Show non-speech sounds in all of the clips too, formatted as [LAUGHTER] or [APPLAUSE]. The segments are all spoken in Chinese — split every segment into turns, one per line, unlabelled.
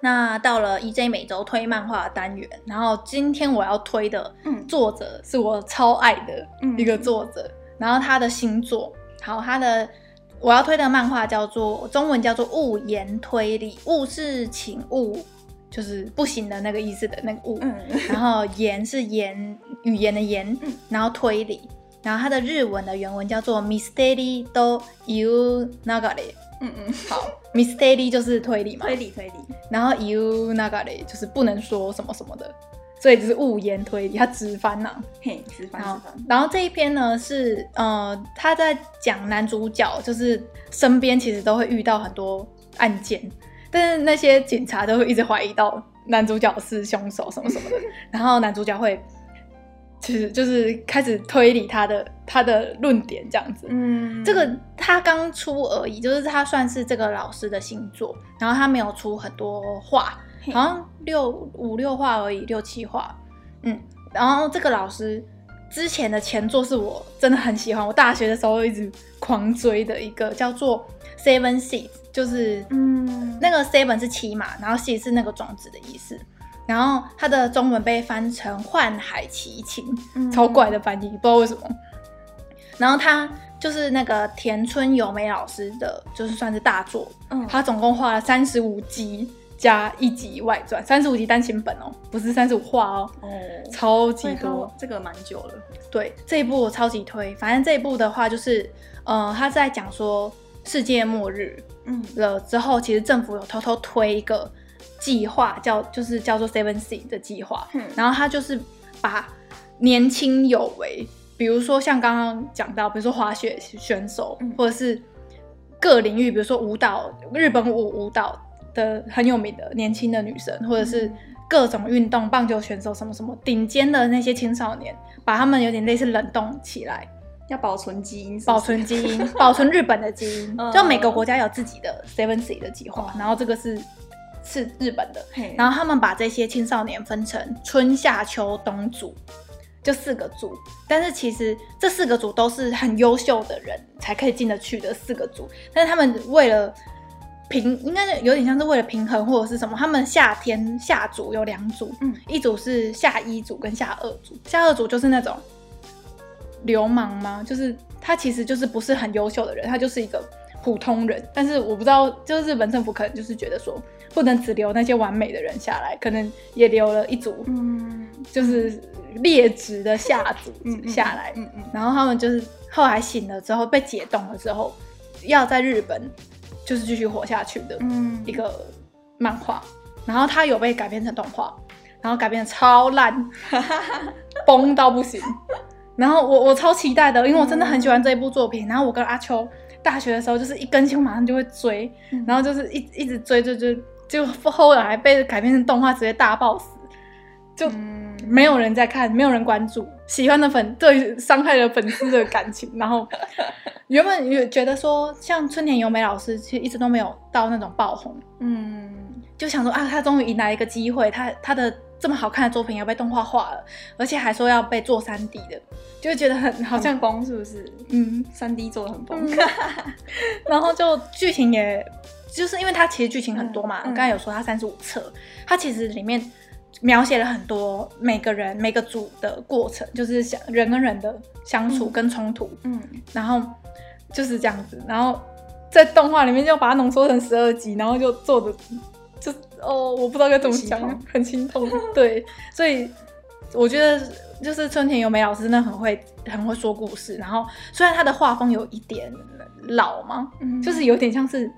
那到了 E EJ 每周推漫画的单元，然后今天我要推的
嗯
作者是我超爱的
嗯
一个作者，然后他的星座，好，他的我要推的漫画叫做中文叫做《物言推理》，物是请勿，就是不行的那个意思的那个物，
嗯
然后言是言语言的言
嗯，
然后推理，然后它的日文的原文叫做 mystery do you nagare。
嗯嗯，好，
mystery 就是推理嘛，
推理推理，
然后 you nagare 就是不能说什么什么的，所以就是物言推理，它直翻呐、
嘿，直翻
然后
直翻，，
然后这一篇呢是呃，他在讲男主角，就是身边其实都会遇到很多案件，但是那些警察都会一直怀疑到男主角是凶手什么什么的，然后男主角会其实就是开始推理他的他的论点这样子。
嗯
这个他刚出而已，就是他算是这个老师的新作，然后他没有出很多话，
嘿
好像六五六话而已，六七话，嗯。然后这个老师之前的前作是我真的很喜欢，我大学的时候一直狂追的一个叫做 Seven Seeds，就是
嗯
那个 Seven 是七嘛，然后 Seed 是那个种子的意思。然后它的中文被翻成《幻海奇情》，
嗯
超怪的翻译，不知道为什么。然后他就是那个田村由美老师的，就是算是大作，
嗯，嗯，
他总共画了三十五集加一集外传，三十五集单行本哦，不是三十五画哦，
哦，
超
所
级
以它
多。
这个蛮久了，
对这一部我超级推，反正这一部的话就是，呃，他在讲说世界末日
嗯
了之后，其实政府有偷偷推一个计划，叫就是叫做 Seven C 的计划，
哼
然后他就是把年轻有为，比如说像刚刚讲到，比如说滑雪选手，
嗯
或者是各领域，比如说舞蹈，日本舞舞蹈的很有名的年轻的女生，或者是
嗯
各种运动，棒球选手什么什么顶尖的那些青少年，把他们有点类似冷冻起来，
要保存基因是 [LAUGHS] 不是，
保存基因，保存日本的基因。
嗯
就每个国家有自己的 Seven C 的计划，
嗯
然后这个是是日本的，
嘿，
然后他们把这些青少年分成春夏秋冬组，就四个组。但是其实这四个组都是很优秀的人才可以进得去的四个组，但是他们为了平，应该有点像是为了平衡或者是什么，他们夏天夏组有两组，
嗯
一组是夏一组跟夏二组，夏二组就是那种流氓吗？就是他其实就是不是很优秀的人，他就是一个普通人。但是我不知道，就是日本政府可能就是觉得说，不能只留那些完美的人下来，可能也留了一组
嗯
就是劣质的下组
嗯
下来。
嗯嗯
然后他们就是后来醒了之后被解冻了之后，要在日本就是继续活下去的。
嗯，
一个漫画，然后它有被改编成动画，然后改编的超烂，崩到不行。然后我我超期待的，因为我真的很喜欢这一部作品。然后我跟阿秋大学的时候，就是一更新我马上就会追，
嗯
然后就是一一直追追追，就后来还被改编成动画，直接大爆死，就
嗯
没有人在看，没有人关注，喜欢的粉对伤害了粉丝的感情，然后原本也觉得说，像春田由美老师其实一直都没有到那种爆红，
嗯
就想说啊，他终于迎来一个机会，他他的这么好看的作品要被动画化了，而且还说要被做三 D 的，就会觉得很好像
很疯是不是？
嗯，
三 D 做的很疯
嗯，然后就剧情也，就是因为它其实剧情很多嘛，
嗯嗯
刚才有说它三十五册，它其实里面描写了很多每个人每个组的过程，就是相人跟人的相处
嗯
跟冲突，
嗯
然后就是这样子，然后在动画里面就把它浓缩成十二集，然后就做的就哦，我不知道该怎么讲
很心痛，
很心痛。对，所以我觉得就是春田由美老师真的很会很会说故事，然后虽然她的画风有一点老嘛，
嗯，
就是有点像是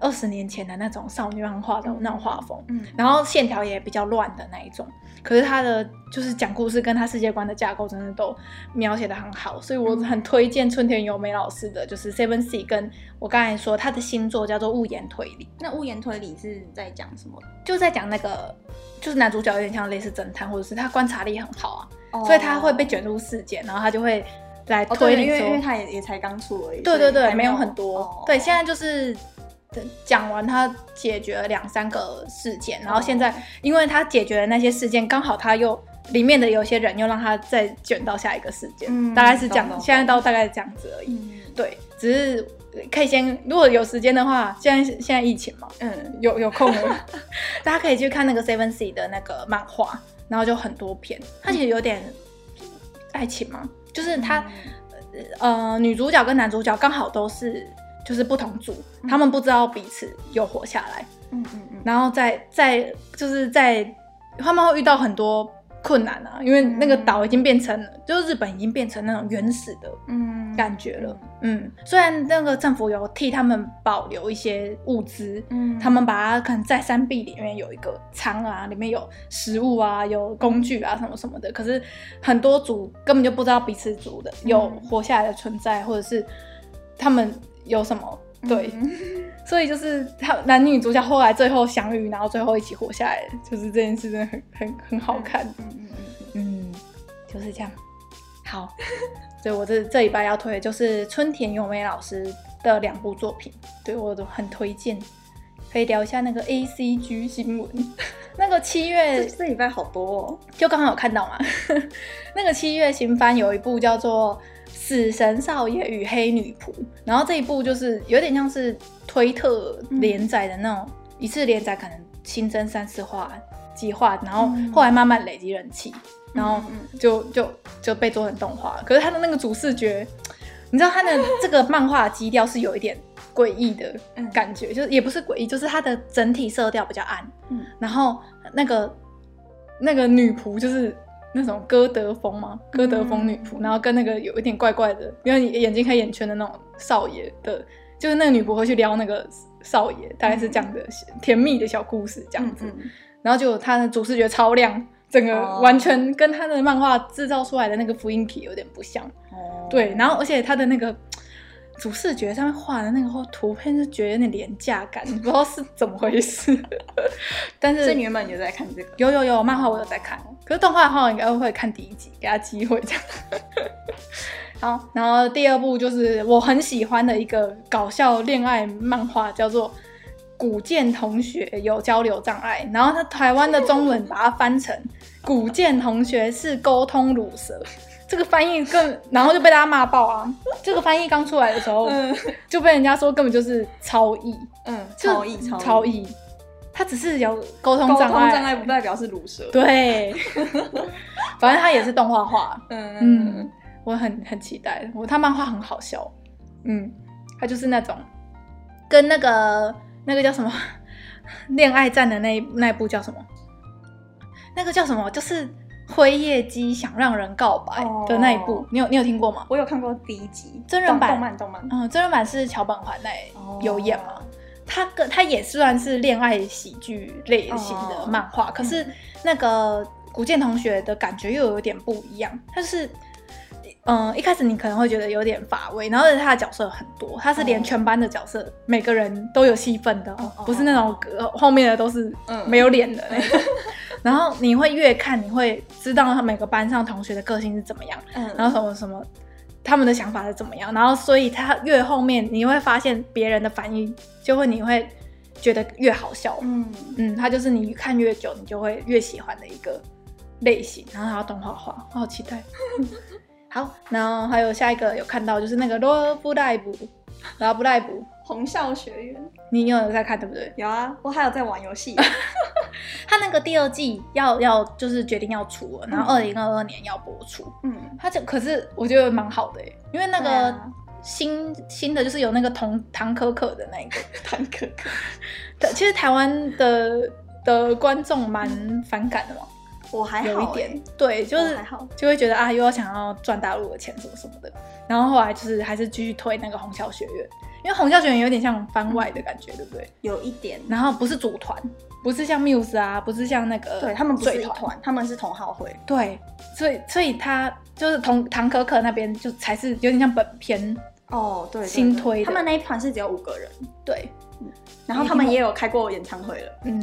二十年前的那种少女漫画的那种画风，
嗯，
然后线条也比较乱的那一种。可是他的就是讲故事跟他世界观的架构真的都描写的很好，所以我
嗯
很推荐春田由美老师的，就是 Seven C 跟我刚才说他的新作叫做《物言推理
那物言推理是在讲什么？》，
就在讲那个就是男主角有点像类似侦探，或者是他观察力很好啊，所以他会被卷入事件，然后他就会来
哦，
推
对，
理
因为
说，
因为他也也才刚出而已，
对
所
对
以
对，
还
没有
有
很多。
哦
对，现在就是呃讲完他解决了两三个事件，然后现
哦
在因为他解决了那些事件，刚好他又里面的有些人又让他再卷到下一个事件，
嗯
大概是这样
懂。懂
现在到大概这样子而已。
嗯
对，只是呃可以先，如果有时间的话，现在现在疫情嘛，
嗯，
有有空了，大家可以去看那个 Seven C 的那个漫画，然后就很多篇，它其实有点爱情嘛，就是它、呃女主角跟男主角刚好都是就是不同组，他们不知道彼此有活下来，
嗯嗯嗯，
然后在在就是在他们会遇到很多困难啊，因为那个岛已经变成，就是日本已经变成那种原始的
嗯
感觉了。嗯，虽然那个政府有替他们保留一些物资，
嗯
他们把它可能在山壁里面有一个仓啊，里面有食物啊，有工具啊什么什么的。可是很多组根本就不知道彼此组的有活下来的存在，或者是他们有什么
嗯
对。所以就是他男女主角后来最后相遇，然后最后一起活下来，就是这件事真的很很很好看。
嗯嗯嗯
嗯，就是这样。好，所以我这这礼拜要推的就是春田由美老师的两部作品，对我都很推荐。可以聊一下那个 A C G 新闻， [LAUGHS] 那个七
嗯，
月
这这礼拜好多哦，
就刚好有看到嘛， [LAUGHS] 那个七月新番有一部叫做《死神少爷与黑女仆》，然后这一部就是有点像是推特连载的那种，一次连载可能新增三四话、几话，然后
嗯
后来慢慢累积人气，然后
嗯
就就就被做成动画了。可是他的那个主视觉，你知道他的这个漫画基调是有一点诡异的
嗯
感觉，就是也不是诡异，就是它的整体色调比较暗，
嗯
然后那个那个女仆就是。那种歌德风嘛，歌德风女仆，
嗯
然后跟那个有一点怪怪的，因为眼睛黑眼圈的那种少爷的，就是那个女仆会去撩那个少爷，大概是这样的甜蜜的小故事这样子。
嗯
然后就他的主视觉超亮，整个
哦
完全跟他的漫画制造出来的那个福音体有点不像。
哦
对，然后而且他的那个主视觉上面画的那个图片，就觉得有点廉价感，不知道是怎么回事。 [LAUGHS] 但
[LAUGHS] 所以你
是
原本就在看这个，
有有有漫画我有在看，可是动画的话我应该会看第一集，给他机会这样。 [LAUGHS] 好，然后第二部就是我很喜欢的一个搞笑恋爱漫画，叫做《古剑同学有交流障碍》，然后它台湾的中文把它翻成“古剑同学是沟通乳蛇”，这个翻译更，然后就被大家骂爆啊！ [LAUGHS] 这个翻译刚出来的时候，
嗯
就被人家说根本就是超译，
嗯，
就是
超意超
超译，
意，
嗯他只是有沟通
沟通
障
障
碍，啊
碍不代表是乳蛇，，
对，反正他也是动画化，
嗯嗯
嗯
嗯，
我很很期待。我他漫画很好笑，嗯，他就是那种跟那个那个叫什么 [LAUGHS] 恋爱战的那一那一部叫什么？那个叫什么？就是辉夜姬想让人告白的那一部，
哦
你有你有听过吗？
我有看过第一集
真人版
动动漫动漫，
嗯，真人版是桥本环奈
哦
有演嘛？他跟他也算是恋爱喜剧类型
哦
的漫画，可是
嗯
那个古剑同学的感觉又有点不一样，他是。嗯，一开始你可能会觉得有点乏味，然后他的角色很多，他是连
哦
全班的角色、每个人都有戏份的，
哦哦
不是那种呃后面的都是
嗯
没有脸的那种。然后你会越看，你会知道他每个班上同学的个性是怎么样，
嗯，
然后什么什么，他们的想法是怎么样，然后所以他越后面你会发现别人的反应，就会你会觉得越好笑。
嗯
嗯，他就是你看越久，你就会越喜欢的一个类型。然后他要动画化，我好期待。 [LAUGHS] 好，然后还有下一个有看到就是那个 Love Live。Love Live，
红校学院
你有在看对不对？
有啊，我还有在玩游 [LAUGHS] 戏，
他那个第二季要要就是决定要出了，然后二零二二年要播出。
嗯，
他就可是我觉得蛮好的耶，因为那
对
个
啊
新、新的就是有那个同唐可可的那
[LAUGHS]
一个，
坦克克，
对其实台湾的的观众蛮反感的嘛，
我还好
有一
欸
点，对，就
我
是
还好
就会觉得啊，又要想要赚大陆的钱什么什么的，然后后来就是还是继续推那个虹桥学院，因为虹桥学院有点像番外的感觉，对不对？
有一点，
然后不是组团，不是像 Muse 啊，不是像那个
对他们不是
水
一团，他们是同好会，
对，所以所以他就是同唐可可那边就才是有点像本片，
哦，对，对
新
对
推的
他们那一团是只有五个人，
对，
然后他们也有开过演唱会了，
嗯，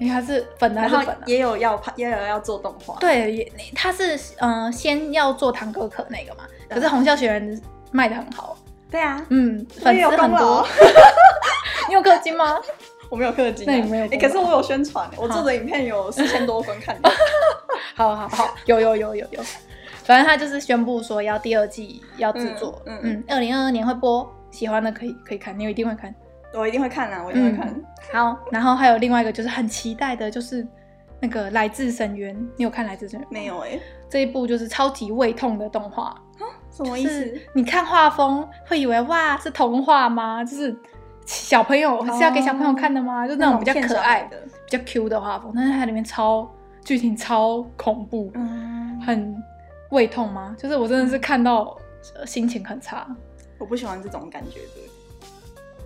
因为他是粉的还
然
是
后
粉啊的、
也有要拍，也有要做动画，
对，也他是嗯、呃先要做堂哥可那个嘛，可是
对
红校学院卖的很好，
对啊，
嗯，
我
粉
也有
丝
功
很
劳
多。，你有氪金吗？
[LAUGHS] 我没有氪金啊，
那你没有
欸
功劳
可是我有宣传欸，我做的影片有四千多观
[LAUGHS]
看量，
好好好，有有有有有，反正他就是宣布说要第二季要制作，
嗯
嗯
嗯
二零二二年会播，喜欢的可以可以看，你一定会看。
我一定会看啊，我一定会看。
嗯好，然后还有另外一个就是很期待的，就是那个《来自深渊》，你有看《来自深渊》吗？
[LAUGHS] 没有哎、
这一部就是超级胃痛的动画，
什么意
就
思？
是你看画风会以为哇是童话吗？就是小朋
哦
友是要给小朋友看的吗？就那种比较
骗
可
小
爱
孩、的，
比较 Q 的画风，但是它里面超剧情超恐怖，
嗯，
很胃痛吗？就是我真的是看到、呃心情很差。
我不喜欢这种感觉的。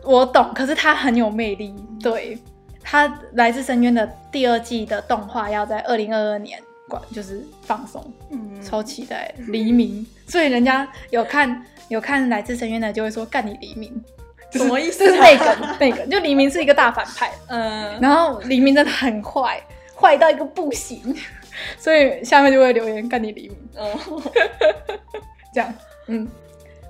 我懂，可是它很有魅力。对，它《来自深渊》的第二季的动画要在二零二二年管，就是放松。
嗯，
超期待黎明，所以人家有看有看《来自深渊》的就会说干你黎明，就是
什么意思
就
啊
是那个那个，就黎明是一个大反派，
嗯，
然后黎明真的很坏，坏到一个不行，所以下面就会留言干你黎明 [LAUGHS]
嗯，
这样，嗯，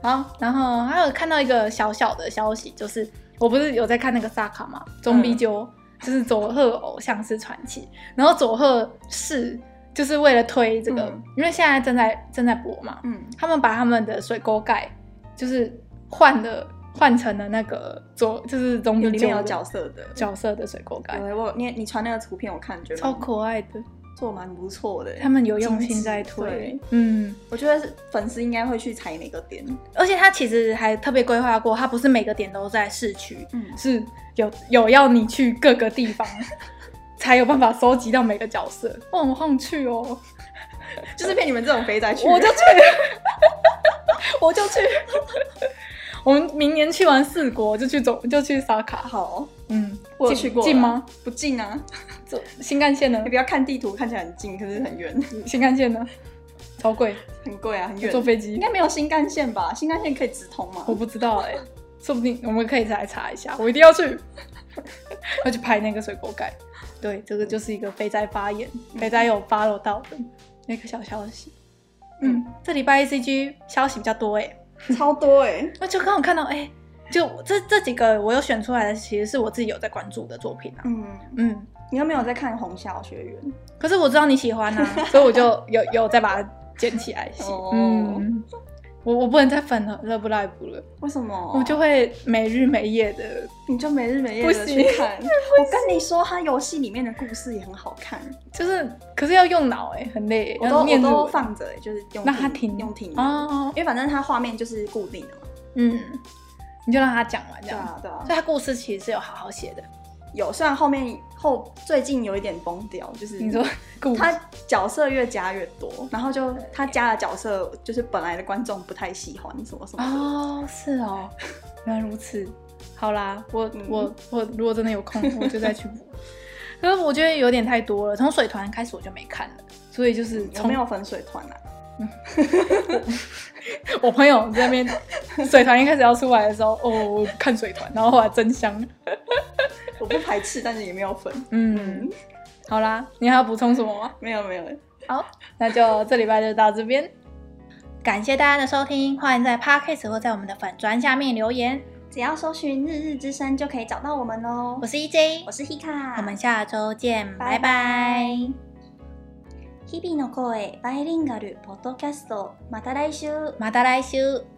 好，然后还有看到一个小小的消息，就是我不是有在看那个萨卡嘛，中比鸠、
嗯
就是佐贺偶像是传奇，然后佐贺市就是为了推这个，
嗯
因为现在正在正在播嘛，
嗯，
他们把他们的水沟盖就是换了，换成了那个左就是中
有
比
里
九
面有角色的，
角色的水沟盖
有，欸我有你你传那个图片我看，觉得
超
蛮
可爱的，
做蛮不错的欸。
他们有用
精
心
致
在推
对，
嗯。
我觉得是粉丝应该会去踩哪个点。
而且他其实还特别规划过，他不是每个点都在市区，
嗯
是有有要你去各个地
[LAUGHS]
方，才有办法收集到每个角色。哦，我好想去哦， [LAUGHS]
就是骗你们这种肥宅去。
我就去，我就去。 [LAUGHS] 我们明年去完四国就去走，就去萨卡。
好，
嗯，
我有
近
去过
近
啦
吗？？
不近
[LAUGHS]
啊，
走新干线呢
你？不要看地图，看起来很近，可是很远，
新干线呢？超贵，
很贵啊，很远。
嗯坐飞
应
机？
该没有新干线吧？新干线可以直通吗
我？不知道哎、说不定我们可以来查一下。我一定要去， [LAUGHS] 要去拍那个水果盖。对，这个就是一个肥宅发言，肥宅有 follow 到的那个小消息。嗯，这礼拜 A C G 消息比较多哎、
超多哎、
那就刚好看到，哎、就这这几个我有选出来的，其实是我自己有在关注的作品啊。
嗯，
嗯，
你有没有在看《红小学园》？
可是我知道你喜欢啊，所以我就 [LAUGHS] 有有再把它捡起来写。
哦
嗯，我我不能再粉了 Love Live 了，
为什么？
我就会没日没夜的，
你就没日没
不
夜的
行
去看。 [LAUGHS] 我跟你说，它游戏里面的故事也很好看，
就是可是要用脑哎、很累、欸，
我都
要念
我
日
都
文
放着、欸，就是用
让它
听
停
用听的，
哦，
因为反正它画面就是固定的嘛。
嗯，你就让他讲完这
对
样。
啊，对啊
所，以他故事其实是有好好写的。
有。虽然后面后最近有一点崩掉，就是
你说故事
嗯他角色越加越多，然后就他加的角色就是本来的观众不太喜欢什么什么的。
哦，是哦， [LAUGHS] 原来如此。好啦，我、
嗯
我我如果真的有空，我就再去补。 [LAUGHS] 可是我觉得有点太多了，从水团开始我就没看了，所以就是
嗯有
从
没有粉水团啊？
[LAUGHS] 我朋友在那边水团一开始要出来的时候，哦，我看水团，然后后来真香。
我不排斥，但是也没有粉。
嗯，好啦，你还要补充什么吗？
没有没有，
[LAUGHS] 好，那就这礼拜就到这边，感谢大家的收听，欢迎在 Podcast 或在我们的粉砖下面留言。
只要搜寻“日日之声”就可以找到我们喽
我。是 EJ，
我是 Hika，
我们下周见，拜
拜
拜
日々の声バイリンガルポッドキャストまた来週。
また来週。